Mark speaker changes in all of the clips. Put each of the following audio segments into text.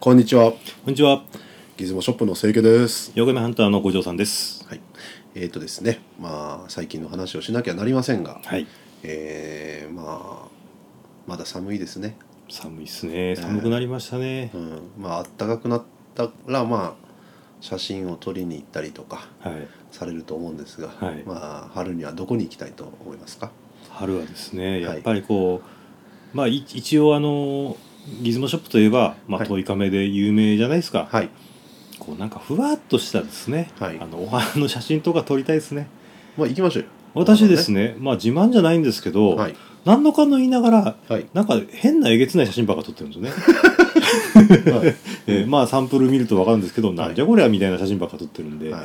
Speaker 1: こんにちは。
Speaker 2: こんにちは。
Speaker 1: ギズモショップの清家です。
Speaker 2: ヨガメハンターの五条さんです。
Speaker 1: はい。えっ、とですね、まあ最近の話をしなきゃなりませんが、
Speaker 2: はい。
Speaker 1: えーまあまだ寒いですね。
Speaker 2: 寒いですね。寒くなりましたね
Speaker 1: う。ん。まあ暖かくなったらまあ写真を撮りに行ったりとか
Speaker 2: はい。
Speaker 1: されると思うんですが、
Speaker 2: はい
Speaker 1: まあ春にはどこに行きたいと思いますか。
Speaker 2: 春はですね、
Speaker 1: い
Speaker 2: やっぱりこう、まあい一応あのギズモショップといえば、ま
Speaker 1: は
Speaker 2: あ
Speaker 1: い
Speaker 2: トイカメで有名じゃないですか。
Speaker 1: はい。
Speaker 2: こうなんかふわっとしたですね。
Speaker 1: はい
Speaker 2: あのお花の写真とか撮りたいですね。
Speaker 1: まあ行きましょうよ。
Speaker 2: 私ですね、まあ自慢じゃないんですけど、
Speaker 1: はい。
Speaker 2: 何のかの言いながら。
Speaker 1: はい。
Speaker 2: なんか変なえげつない写真ばっか撮ってるんです よね、
Speaker 1: はい。
Speaker 2: えーまあサンプル見ると分かるんですけど、なんじゃこりゃみたいな写真ばっか撮ってるんで、
Speaker 1: はい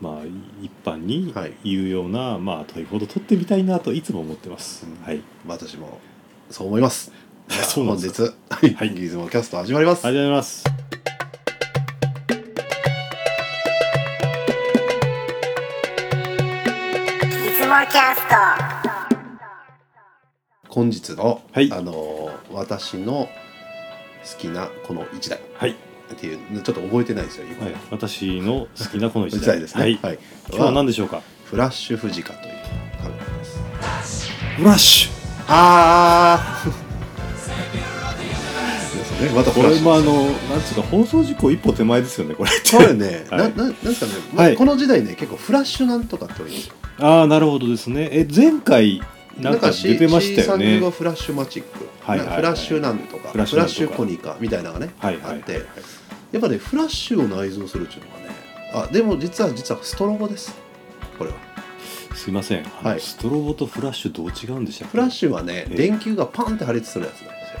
Speaker 2: まあ、い一般に
Speaker 1: はい
Speaker 2: 言うような、まあ、トイほど撮ってみたいなといつも思ってます。
Speaker 1: うん
Speaker 2: はい。
Speaker 1: 私もそう思います。
Speaker 2: そうなんですか
Speaker 1: 本日、
Speaker 2: はい
Speaker 1: ギズモキャスト始まります。
Speaker 2: ありがとうございます。
Speaker 3: いつもキャスト
Speaker 1: 本日の、
Speaker 2: はい
Speaker 1: あのー私の好きなこの1台
Speaker 2: はい。
Speaker 1: っていうちょっと覚えてないですよ今、
Speaker 2: はい、私の好きなこの一
Speaker 1: 一
Speaker 2: 台
Speaker 1: 台ですね
Speaker 2: はい。
Speaker 1: はい、
Speaker 2: 今日は何
Speaker 1: で
Speaker 2: でしょうか。
Speaker 1: フラッシュフジカというカメラです
Speaker 2: フラッシュ。
Speaker 1: ああ ですねまたフ
Speaker 2: こ
Speaker 1: ラッ
Speaker 2: れ
Speaker 1: シ
Speaker 2: もあ
Speaker 1: ュ
Speaker 2: の、なんつうか、放送事故一歩手前ですよね、 これって。
Speaker 1: これね、
Speaker 2: はい
Speaker 1: なななんですかね、まあ
Speaker 2: はい
Speaker 1: この時代ね結構フラッシュなんとかって多いんですよ
Speaker 2: ああ、なるほどですね。え、前回、なんか出てましたよね。
Speaker 1: C35 フラッシュマチック、
Speaker 2: はいはいはい
Speaker 1: フラッシュなんとか
Speaker 2: フ
Speaker 1: フ
Speaker 2: ラ
Speaker 1: ラ
Speaker 2: ッシュな
Speaker 1: ッ
Speaker 2: んとか
Speaker 1: シュコニカみたいなのがね、
Speaker 2: はいはいはい
Speaker 1: あってやっぱねフラッシュを内蔵するっていうのがねあでも実は実はストロボですこれは
Speaker 2: すいません。あの
Speaker 1: はい
Speaker 2: ストロボとフラッシュどう違うんでしたっけ
Speaker 1: フラッシュはね、
Speaker 2: ええ
Speaker 1: 電球がパンって破裂するやつなんですよ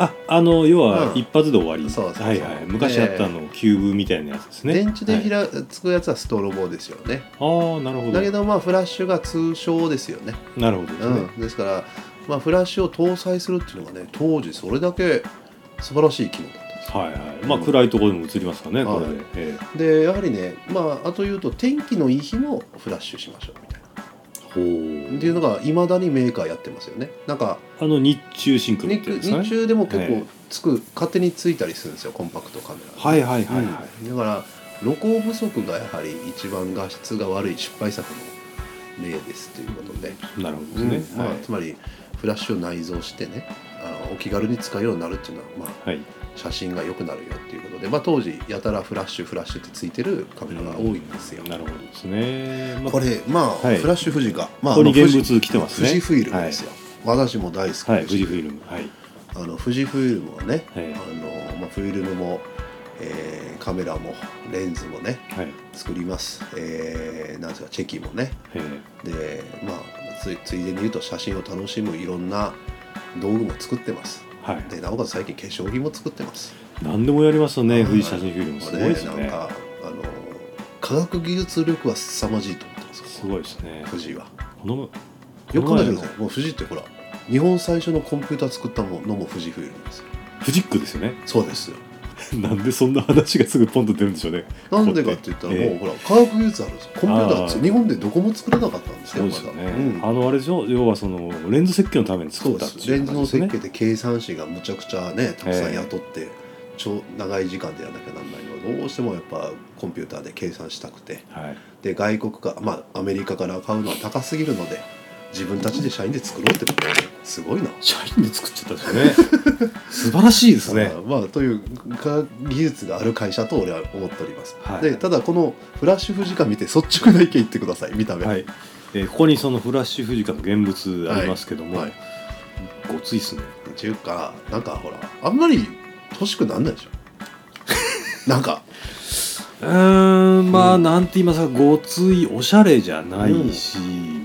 Speaker 2: あ、あの、要は、
Speaker 1: うん
Speaker 2: 一発で終わり。
Speaker 1: そうそうそう
Speaker 2: はいはい。昔あったあの、キューブみたいなやつですね。
Speaker 1: 電池で
Speaker 2: はい、
Speaker 1: 開つくやつはストロボですよね、
Speaker 2: ああ、なるほど。
Speaker 1: だけどまあフラッシュが通称ですよね、
Speaker 2: なるほどです
Speaker 1: う
Speaker 2: ね。
Speaker 1: ん、ですから、まあ、フラッシュを搭載するっていうのがね当時それだけ素晴らしい機能だったんですよ
Speaker 2: はいはい。まあ、
Speaker 1: うん
Speaker 2: 暗いところでも映りますからね、
Speaker 1: はい
Speaker 2: これで。え
Speaker 1: でやはりねまああと言うと天気のいい日もフラッシュしましょうみたいな
Speaker 2: え
Speaker 1: っていうのがいまだにメーカーやってますよねなんか
Speaker 2: あの日中シンクロっ
Speaker 1: 日
Speaker 2: てやつですか
Speaker 1: 日
Speaker 2: ね。
Speaker 1: 中でも結
Speaker 2: ええ
Speaker 1: 構つく、勝手についたりするんですよコンパクトカメラ
Speaker 2: はいはいはい
Speaker 1: うん
Speaker 2: はい。
Speaker 1: だから露光不足がやはり一番画質が悪い失敗作の例ですということで、
Speaker 2: なるほ
Speaker 1: う
Speaker 2: ど
Speaker 1: ん
Speaker 2: ですね。
Speaker 1: まあ
Speaker 2: はい、
Speaker 1: つまりフラッシュを内蔵してねあのお気軽に使うようになるっていうのは、まあ、
Speaker 2: はい。
Speaker 1: 写真が良くなるよっていうことで、まあ、当時やたらフラッシュフラッシュってついてるカメラが多いんですよ。
Speaker 2: なるほどですね。まあ
Speaker 1: これまあ、
Speaker 2: はい
Speaker 1: フラッシュ富士が、まあ、
Speaker 2: ここに
Speaker 1: あの富士
Speaker 2: 現物来てますね
Speaker 1: 富士フイルムですよ、私も大好き
Speaker 2: はい、
Speaker 1: で
Speaker 2: 富士フ
Speaker 1: す
Speaker 2: ィルム。はい。
Speaker 1: あの富士フイルムはね、
Speaker 2: はい
Speaker 1: あのまあ、フィルムも、えーカメラもレンズもね
Speaker 2: はい。
Speaker 1: 作ります、えーなんですかチェキもね
Speaker 2: えー
Speaker 1: でまあついついでに言うと写真を楽しむいろんな道具も作ってます
Speaker 2: はい。
Speaker 1: でなおかつ最近化粧品も作ってます
Speaker 2: 何でもやりますよね、
Speaker 1: はい
Speaker 2: 富士写真フィルム。すごいです
Speaker 1: これなん
Speaker 2: ね。
Speaker 1: かあの科学技術力は凄まじいと思ってます
Speaker 2: すごいですね。
Speaker 1: 富士は
Speaker 2: この、
Speaker 1: よく考えてくだ
Speaker 2: この前
Speaker 1: さいもう富士ってほら日本最初のコンピューター作ったのも富士フイルムですよ
Speaker 2: 富士ックですよね。
Speaker 1: そうですよ
Speaker 2: なんでそんな話がすぐポンと出るんでしょうね。
Speaker 1: なんでかって言ったらも
Speaker 2: ええ
Speaker 1: うほら科学技術あるんですよコンピューターって
Speaker 2: あー
Speaker 1: 日本でどこも作れなかったんです
Speaker 2: そう
Speaker 1: よ
Speaker 2: ですよ
Speaker 1: ま
Speaker 2: ね。
Speaker 1: だ、
Speaker 2: あ
Speaker 1: うん
Speaker 2: の、あれでしょ要はその、レンズ設計のために
Speaker 1: そ
Speaker 2: 作
Speaker 1: う
Speaker 2: っ
Speaker 1: で
Speaker 2: たっ
Speaker 1: す
Speaker 2: て
Speaker 1: レ
Speaker 2: いう
Speaker 1: ンズ
Speaker 2: 感
Speaker 1: の
Speaker 2: じです
Speaker 1: 設
Speaker 2: ね。
Speaker 1: 計で計算士がむちゃくちゃねたくさん雇って、超長い時間でやらなきゃなんないのどうしてもやっぱコンピューターで計算したくて
Speaker 2: はい。
Speaker 1: で外国かまあアメリカから買うのは高すぎるので自分たちで社員で作ろうってことねすごいな
Speaker 2: 社員で作っちゃったんですよね。 素晴らしいですね。
Speaker 1: まあ、という科学技術がある会社と俺は思っております、
Speaker 2: はい
Speaker 1: でただこのフラッシュ富士カ見て率直な意見言ってください見た目
Speaker 2: はい、えーここにそのフラッシュ富士カの現物ありますけども、
Speaker 1: はい
Speaker 2: ごついっすね
Speaker 1: っていうかなんかほらあんまり欲しくなんないでしょ なんか
Speaker 2: うーんまあ、
Speaker 1: うん
Speaker 2: なんて言いますかごついおしゃれじゃないし、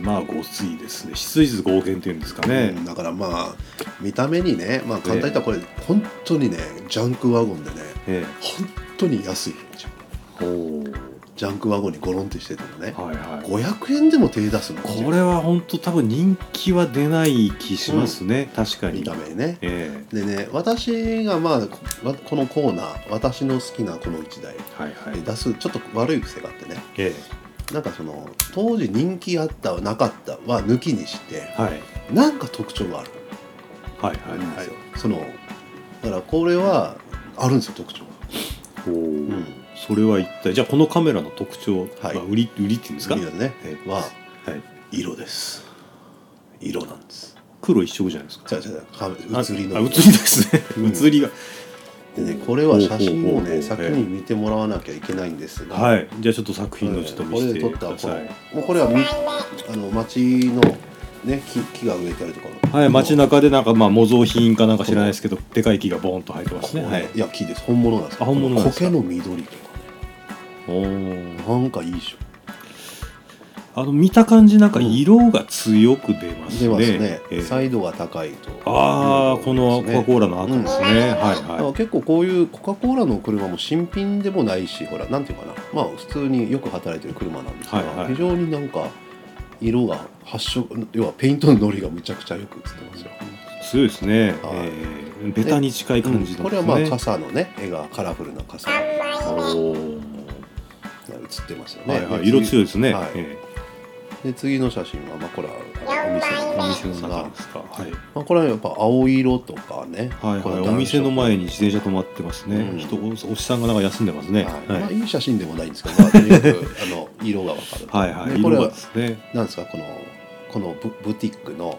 Speaker 2: まあごついですね質実合憲っていうんですかね、
Speaker 1: うんだからまあ見た目にねまあ簡単に言ったらこれ、本当にねジャンクワゴンでね
Speaker 2: え
Speaker 1: 本当に安いじゃん
Speaker 2: えおー
Speaker 1: ジャンクワゴンにゴロンってしててもね
Speaker 2: はいはい
Speaker 1: 500円でも手出すの
Speaker 2: これは本当多分人気は出ない気しますね、確か
Speaker 1: 見
Speaker 2: に
Speaker 1: た目ね
Speaker 2: え
Speaker 1: でね私がまあこわこのコーナー私の好きなこの1台
Speaker 2: えはいは
Speaker 1: で
Speaker 2: い
Speaker 1: 出すちょっと悪い癖があってね
Speaker 2: え
Speaker 1: なんかその当時人気あったなかったは抜きにして
Speaker 2: えはい
Speaker 1: なんか特徴がある
Speaker 2: はいはい
Speaker 1: んで
Speaker 2: は
Speaker 1: す
Speaker 2: い
Speaker 1: よ、そのだからこれはあるんですよ特徴が
Speaker 2: おお、
Speaker 1: ん
Speaker 2: それは一体じゃあこのカメラの特徴、
Speaker 1: はい
Speaker 2: まあ、売り売りっていうんですか、
Speaker 1: いい
Speaker 2: は
Speaker 1: ですね
Speaker 2: ええ
Speaker 1: まあ
Speaker 2: い、
Speaker 1: 色です色なんです
Speaker 2: 黒一色じゃないですか
Speaker 1: じゃあじゃあカ写りの
Speaker 2: ああ写り ですね、
Speaker 1: うん
Speaker 2: 写りが
Speaker 1: でねこれは写真を
Speaker 2: ほうほうほうほ
Speaker 1: ね
Speaker 2: う
Speaker 1: 先に見てもらわなきゃいけないんですが、
Speaker 2: はいいじゃあちょっと作品のちょっと見せて
Speaker 1: これで
Speaker 2: く
Speaker 1: 撮っ
Speaker 2: だ
Speaker 1: た
Speaker 2: さい、
Speaker 1: もうこれはみあの町のね木木が植えてあるところ
Speaker 2: はい街中でなんかまあ模造品かなんか知らないですけどでかい木がボーンと生えてます
Speaker 1: ね
Speaker 2: ねはい
Speaker 1: いや木です本物なんです
Speaker 2: あ本物なんですか
Speaker 1: 苔の緑とか
Speaker 2: おー
Speaker 1: なんかいいでしょ
Speaker 2: あの見た感じなんか色が強く出ますね。
Speaker 1: 出ますね、
Speaker 2: ええ
Speaker 1: サイドが高いと
Speaker 2: ああこのコカ・コーラの赤ですね。
Speaker 3: うん
Speaker 2: はい
Speaker 1: だから
Speaker 2: は
Speaker 1: 結構こういうコカ・コーラの車も新品でもないしほらなんていうかなまあ普通によく働いてる車なんですが、
Speaker 2: はいはい
Speaker 1: 非常になんか色が発色要はペイントのノリがむちゃくちゃよく映ってますよ、
Speaker 2: い。強いです
Speaker 1: は
Speaker 2: ね。
Speaker 1: い
Speaker 2: ええベタに近い感じの、ね
Speaker 1: これはまあ傘のね絵がカラフルな傘が
Speaker 2: おー
Speaker 1: 映ってますよね、
Speaker 2: はいはい色強いですね。
Speaker 1: はい
Speaker 2: え
Speaker 1: で次の写真は、まあ、これはあのお店
Speaker 2: え
Speaker 1: の中です
Speaker 2: お店の
Speaker 1: が
Speaker 2: 中ですか。はい
Speaker 1: まあ、これはやっぱ青色とかね、
Speaker 2: はい
Speaker 1: こ
Speaker 2: はい
Speaker 1: の暖色
Speaker 2: お店の前に自転車止まってますね。
Speaker 1: うん
Speaker 2: 人おおじさんがなんか休んでますね。
Speaker 1: はい
Speaker 2: はい
Speaker 1: まあ、いい写真でもないんですけど、まあ、とにかくあの色がわかる、
Speaker 2: はいはい
Speaker 1: でこれ
Speaker 2: 色が
Speaker 1: は
Speaker 2: ですね。
Speaker 1: なんですかこのこのブブティックの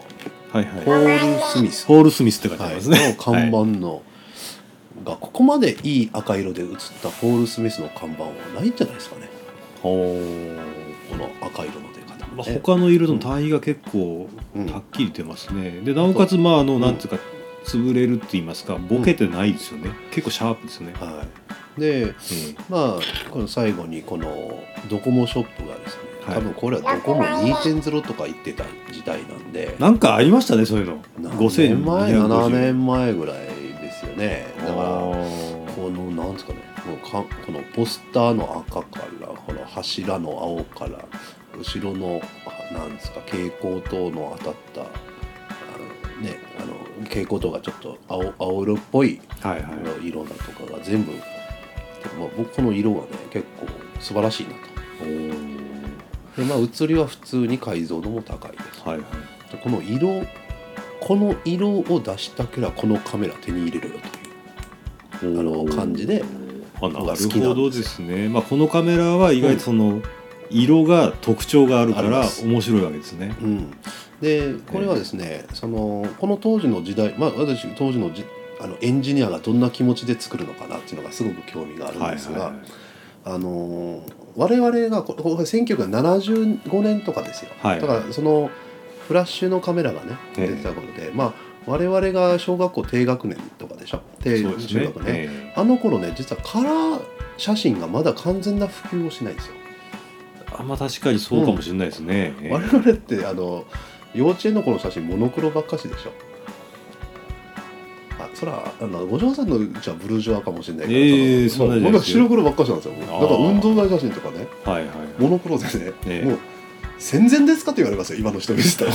Speaker 2: はいは
Speaker 1: ポ
Speaker 2: い。
Speaker 1: ール・スミス、
Speaker 2: ホールスミスって書いてあ
Speaker 1: は
Speaker 2: り
Speaker 1: い
Speaker 2: ますね。
Speaker 1: の看板の、がここまでいい赤色で写ったポール・スミスの看板はないんじゃないですかね
Speaker 2: おー
Speaker 1: この赤色の出方
Speaker 2: ま
Speaker 1: も
Speaker 2: あ、
Speaker 1: ね、
Speaker 2: 他の色の対比が結構
Speaker 1: うん
Speaker 2: はっきり出ますね、でなおかつまああの
Speaker 1: ん
Speaker 2: なんつうか潰れるって言いますかボケてないですよね、結構シャープですよね、
Speaker 1: はい、でまあこの最後にこのドコモショップがですね、
Speaker 2: はい
Speaker 1: 多分これはドコモ2.0とか言ってた時代なんで
Speaker 2: なんかありましたねそういうの
Speaker 1: 何年前7
Speaker 2: 5250
Speaker 1: 年前ぐらいですよねだから
Speaker 2: あ
Speaker 1: こ
Speaker 2: ー
Speaker 1: のなんですかねもうかこのポスターの赤からこの柱の青から後ろのあなんですか蛍光灯の当たったあのねあの蛍光灯がちょっと青青色っぽい
Speaker 2: はいはい
Speaker 1: 色だとかが全部、まあ、僕この色がね結構素晴らしいな
Speaker 2: おー
Speaker 1: とでまあ写りは普通に解像度も高いです
Speaker 2: はいはい
Speaker 1: でこの色この色を出したければこのカメラ手に入れるよ
Speaker 2: お
Speaker 1: というあの
Speaker 2: ー
Speaker 1: 感じで
Speaker 2: あ
Speaker 1: のが
Speaker 2: な
Speaker 1: 好きなんです
Speaker 2: るほどですね、まあ、このカメラは意外とその色が特徴があるか
Speaker 1: あり
Speaker 2: ら
Speaker 1: ます
Speaker 2: 面白いわけですね
Speaker 1: うん、でこれはですね、そのこの当時の時代、まあ、私当時のじあのエンジニアがどんな気持ちで作るのかなっていうのがすごく興味があるん
Speaker 2: はい
Speaker 1: ですが、
Speaker 2: は
Speaker 1: あのー我々がこここ1975年とかですよ、
Speaker 2: はい
Speaker 1: だからそのフラッシュのカメラがね
Speaker 2: ええ
Speaker 1: 出てた頃で、まあ我々が小学校低学年とかでしょ
Speaker 2: いは
Speaker 1: 低中
Speaker 2: いそう
Speaker 1: 学年
Speaker 2: ですね、え
Speaker 1: あの頃ね実はカラー写真がまだ完全な普及をしないんですよ、
Speaker 2: ーあまあ確かにそうかもしれないですね、えー
Speaker 1: 我々ってあの幼稚園の頃の写真モノクロばっかしでしょあそらあの五条さんのうちはブルージョアかもしれないから、
Speaker 2: ええ
Speaker 1: そ
Speaker 2: そん
Speaker 1: の
Speaker 2: なじゃない
Speaker 1: 僕は
Speaker 2: ですよ
Speaker 1: 白黒ばっかしなんですよだから運動会写真とかね
Speaker 2: はいはいはい
Speaker 1: モノクロでね、
Speaker 2: ええ
Speaker 1: もう戦前ですかって言わ れますよ今の人に したら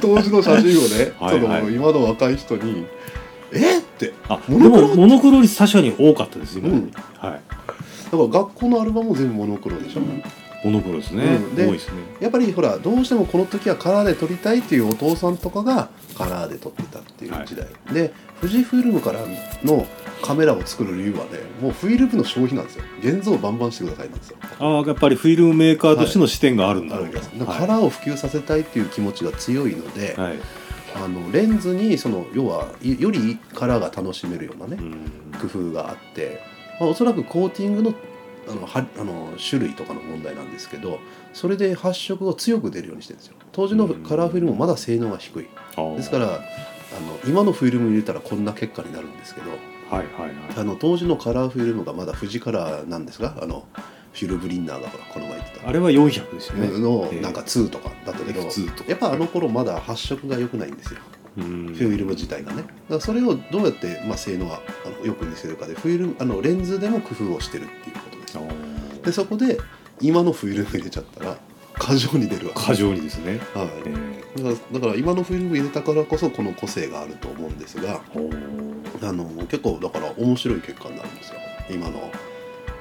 Speaker 1: 当時の写真をね
Speaker 2: はいはい
Speaker 1: その今の若い人に「えっ?」って
Speaker 2: あで
Speaker 1: モノクロ
Speaker 2: もモノクロ率確かに多かったです今、
Speaker 1: うん
Speaker 2: は
Speaker 1: だから学校のアルバムも全部モノクロでしょ、
Speaker 2: いモノクロですね、
Speaker 1: うんで
Speaker 2: 多いですね
Speaker 1: やっぱりほらどうしてもこの時はカラーで撮りたいっていうお父さんとかがカラーで撮ってたっていう時代、で富士フイルムからのカメラを作る理由はねもうフィルムの消費なんですよ現像をバンバンしてくださいなんですよ
Speaker 2: ああやっぱりフィルムメーカーとしての視点があるんだ
Speaker 1: あ
Speaker 2: ろう
Speaker 1: るん
Speaker 2: と、
Speaker 1: ですだから
Speaker 2: は
Speaker 1: カ
Speaker 2: い
Speaker 1: ラーを普及させたいっていう気持ちが強いので、
Speaker 2: はい
Speaker 1: あのレンズにその要はいよりカラーが楽しめるようなね
Speaker 2: うん
Speaker 1: 工夫があって、まあ、おそらくコーティングのあのはあの種類とかの問題なんですけどそれで発色を強く出るようにしてるんですよ当時の
Speaker 2: うん
Speaker 1: カラーフィルムもまだ性能が低い
Speaker 2: あー
Speaker 1: ですからあの今のフィルム入れたらこんな結果になるんですけど
Speaker 2: はいはいはい
Speaker 1: あの当時のカラーフィルムがまだ富士カラーなんですがあのフィル・ブリンナーがほらこの前言ってた
Speaker 2: あれは400ですよね
Speaker 1: の
Speaker 2: ええ
Speaker 1: なんか2とかだったけど、
Speaker 2: F2 とか
Speaker 1: やっぱあの頃まだ発色が良くないんですよ
Speaker 2: うん
Speaker 1: フィルム自体がねだからそれをどうやって、まあ、性能はあのよく見せるかでフィルムあのレンズでも工夫をしてるっていうことです
Speaker 2: あ
Speaker 1: よ
Speaker 2: ー
Speaker 1: でそこで今のフィルム入れちゃったら過剰に出るわけ
Speaker 2: 過剰にですね、
Speaker 1: はい
Speaker 2: え
Speaker 1: だ
Speaker 2: ー
Speaker 1: からだから今のフィルム入れたからこそこの個性があると思うんですが
Speaker 2: おー
Speaker 1: あの結構だから面白い結果になるんですよ今の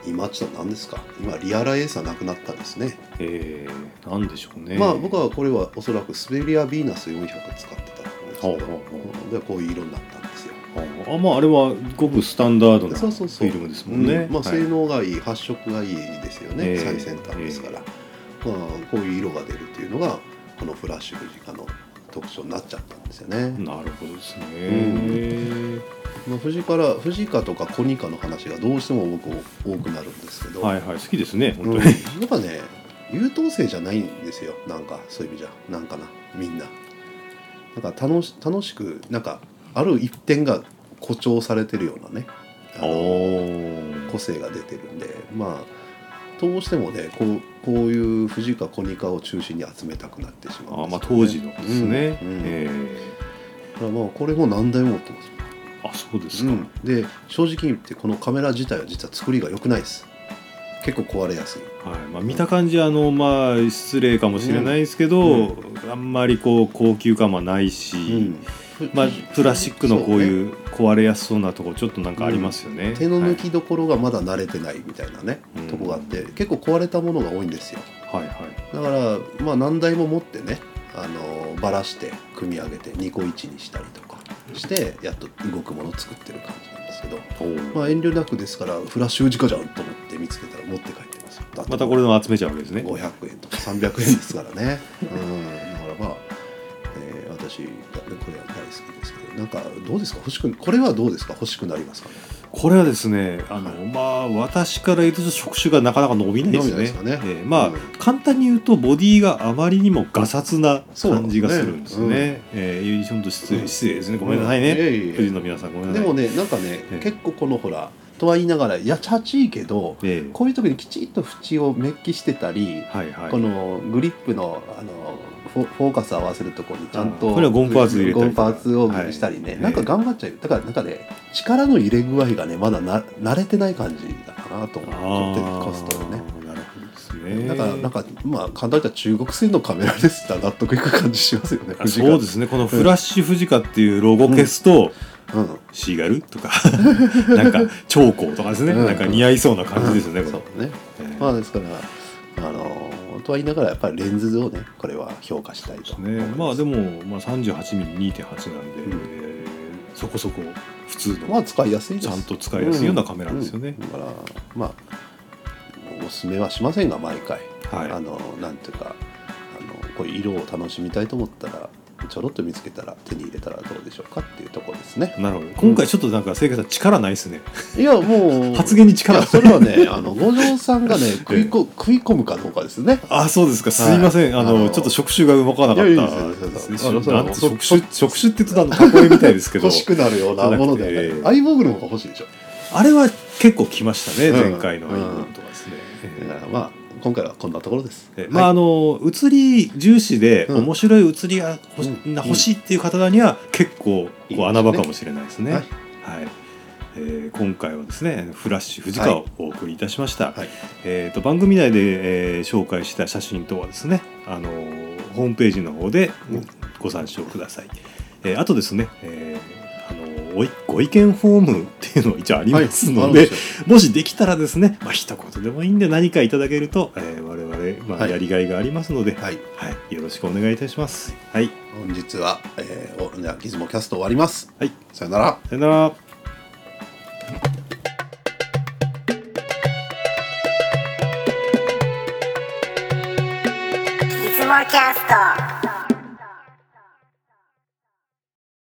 Speaker 1: 今ちょっと何ですか今リアラエースはなくなったんですね、
Speaker 2: えー、なんでしょうね
Speaker 1: まあ僕はこれはおそらくスベリア・ヴィーナス400使ってたと思うんですけ
Speaker 2: ほうほう
Speaker 1: どでこういう色になったんですよ
Speaker 2: あーあまああれはごくスタンダードなフ
Speaker 1: そうそうそう
Speaker 2: ィルムですもんね、
Speaker 1: うんまあ、
Speaker 2: はい
Speaker 1: 性能がいい、発色がいいですよね、
Speaker 2: ええ
Speaker 1: 最先端ですから、まあ、こういう色が出るっていうのがこのフラッシュフジカの特徴になっちゃったんですよね、
Speaker 2: なるほどですね、
Speaker 1: まあ、フジカラフジカとかコニカの話がどうしても僕多くなるんですけど、
Speaker 2: はいはい好きですね
Speaker 1: う
Speaker 2: 本
Speaker 1: ん、
Speaker 2: 当
Speaker 1: や
Speaker 2: に、
Speaker 1: っぱね優等生じゃないんですよなんかそういう意味じゃなんかなみんななんか楽し楽しくなんかある一点が誇張されてるようなねあの
Speaker 2: お
Speaker 1: 個性が出てるんでまあどうしてもねこうこういう藤かコニカを中心に集めたくなってしま
Speaker 2: あ
Speaker 1: う
Speaker 2: ー
Speaker 1: ん
Speaker 2: まあ
Speaker 1: ですよね
Speaker 2: 当時のですね、
Speaker 1: うんうん
Speaker 2: え
Speaker 1: だからまあこれも何台も持ってます
Speaker 2: ーあそうですか、
Speaker 1: うんで正直に言ってこのカメラ自体は実は作りが良くないです結構壊れやすい
Speaker 2: はいまあ、見た感じあのまあ失礼かもしれないですけど、あんまりこう高級感はないし、まあ、プラスチックのこう
Speaker 1: うね
Speaker 2: いう壊れやすそうなとこちょっとなんかありますよね、
Speaker 1: 手の抜
Speaker 2: は
Speaker 1: きどころがまだ慣れてないみたいなね、
Speaker 2: うん
Speaker 1: とこがあって結構壊れたものが多いんですよ
Speaker 2: い、はいはい
Speaker 1: だからまあ何台も持ってねあのばらして組み上げて2個1にしたりとかしてやっと動くものを作ってる感じなんですけど、まあ、遠慮なくですからフラッシュウジカじゃんと思って見つけたら持って帰ってますよだって
Speaker 2: またこれの集めちゃうわけですね
Speaker 1: 500円とか300円ですからねうんだからまあ、えー私これは大好きですけどなんかどうですか欲しくこれはどうですか欲しくなりますかね
Speaker 2: これはですねあの、
Speaker 1: はい
Speaker 2: まあ私から言うと職種がなかなか伸びないです
Speaker 1: 伸び
Speaker 2: ね
Speaker 1: ないですかね
Speaker 2: ええまあ、
Speaker 1: うん
Speaker 2: 簡単に言うとボディがあまりにもガサツな感じがするんです
Speaker 1: そう
Speaker 2: ね
Speaker 1: だね
Speaker 2: ええちょっと失礼失礼ですねごめんなさいうね、
Speaker 1: やいやいや
Speaker 2: 富士の皆さんごめんな
Speaker 1: で
Speaker 2: さい
Speaker 1: もねなんかね、
Speaker 2: ええ
Speaker 1: 結構このほらとは言いながらいやチャチいけど
Speaker 2: ええ
Speaker 1: こういう時にきちっと縁をメッキしてたり、
Speaker 2: はいはい
Speaker 1: このグリップのあのフォフォーカス合わせるところにちゃん
Speaker 2: あ
Speaker 1: と
Speaker 2: これはゴムパーツ入れたりとか
Speaker 1: ゴムパーツをしたりね、
Speaker 2: はい
Speaker 1: なんか頑張っちゃうよだからなんかね力の入れ具合がねまだな慣れてない感じだかなと思うちょっとコストでね。
Speaker 2: あーなるほどですね
Speaker 1: だからなんかまあ簡単に言ったら中国製のカメラですって納得いく感じしますよね。
Speaker 2: あそうですねこの「フラッシュフジカ」っていうロゴ消すと、
Speaker 1: す。うん。
Speaker 2: シーガルとか なんか長江とかですね、
Speaker 1: うん
Speaker 2: なんか似合いそうな感じですよね、
Speaker 1: うん
Speaker 2: こ
Speaker 1: そう
Speaker 2: れ
Speaker 1: ね。
Speaker 2: ええ
Speaker 1: まあですからあのーとは言いながらやっぱりレンズをねこれは評価したいと思い
Speaker 2: ね
Speaker 1: す
Speaker 2: まあでも、まあ、
Speaker 1: う
Speaker 2: 38mm2.8 なんで、
Speaker 1: ん
Speaker 2: えーそこそこ普通の、
Speaker 1: まあ使いやすいです
Speaker 2: ちゃんと使いやすいようなカメラですよね
Speaker 1: う、んだからまあおすすめはしませんが毎回、あ
Speaker 2: はい
Speaker 1: のなんていうかあのこういう色を楽しみたいと思ったらちょろっと見つけたら手に入れたらどうでしょうかっていうところですね
Speaker 2: なるほど今回ちょっとなんかせいかさん力ないですね、
Speaker 1: いやもう
Speaker 2: 発言に力
Speaker 1: いや
Speaker 2: が
Speaker 1: それはねあの五条さん がね食いこ食い込むかどうかですね
Speaker 2: あそうですかすいません、
Speaker 1: はい
Speaker 2: あの
Speaker 1: あの
Speaker 2: ちょっと触手が動かなかった
Speaker 1: いやいやいいですよ
Speaker 2: ですね
Speaker 1: いいですよ
Speaker 2: なんて
Speaker 1: あの
Speaker 2: 触手触手って言うとあの囲いみたいですけど
Speaker 1: 欲しくなるようなものではない、
Speaker 2: じゃなくて
Speaker 1: アイボーグルの方が欲しいでしょ
Speaker 2: あれは結構来ましたね、
Speaker 1: うん
Speaker 2: 前回のアイブランとかですね。え
Speaker 1: だ
Speaker 2: ー
Speaker 1: からまあ今回はこんなところです
Speaker 2: えーまああの写り重視で
Speaker 1: うん
Speaker 2: 面白い写りが欲し,、
Speaker 1: うん
Speaker 2: 欲しいっていう方には結構
Speaker 1: いいです
Speaker 2: こう
Speaker 1: ね
Speaker 2: 穴場かもしれないですね。
Speaker 1: は
Speaker 2: はいい、えー今回はですね「フラッシュ藤川」をお送りいたしました、
Speaker 1: はい
Speaker 2: えー、と番組内で、えー紹介した写真等はですね、あのーホームページの方で
Speaker 1: うん
Speaker 2: ご参照ください、えーあとですね、えーあのーおいご意見フォームっていうのが一応ありますので、
Speaker 1: はいあるんですよ
Speaker 2: もしできたらですね、まあ、一言でもいいんで何かいただけると、えー我々、ま
Speaker 1: は
Speaker 2: あ、
Speaker 1: い
Speaker 2: やりがいがありますので、はい
Speaker 1: はい
Speaker 2: よろしくお願いいたします。はい、
Speaker 1: 本日は、えー、おじゃあギズモキャスト終わります。
Speaker 2: はい、
Speaker 1: さよなら。
Speaker 2: さよなら。
Speaker 3: いつもキャスト